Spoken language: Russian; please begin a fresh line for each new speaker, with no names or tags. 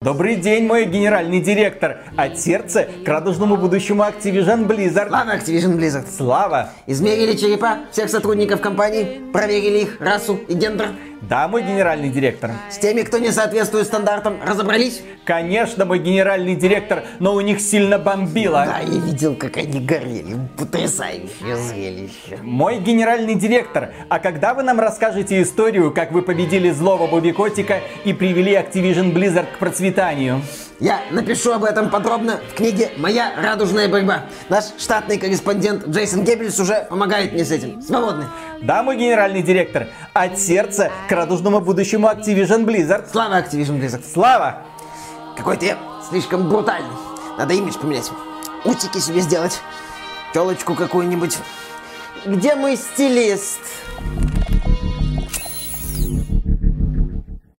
Добрый день, мой генеральный директор. От сердца к радужному будущему Activision Blizzard.
Ладно, Activision Blizzard.
Слава!
Измерили черепа всех сотрудников компании, проверили их расу и гендер.
Да, мой генеральный директор.
С теми, кто не соответствует стандартам, разобрались?
Конечно, мой генеральный директор, но у них сильно бомбило.
Да, я видел, как они горели. Потрясающее зрелище.
Мой генеральный директор, а когда вы нам расскажете историю, как вы победили злого Бобби Котика и привели Activision Blizzard к процветанию?
Я напишу об этом подробно в книге «Моя радужная борьба». Наш штатный корреспондент Джейсон Геббельс уже помогает мне с этим. Свободны.
Да, мой генеральный директор, от сердца к радужному будущему Activision Blizzard.
Слава Activision Blizzard.
Слава!
Какой-то я слишком брутальный. Надо имидж поменять. Усики себе сделать. Телочку какую-нибудь. Где мой стилист?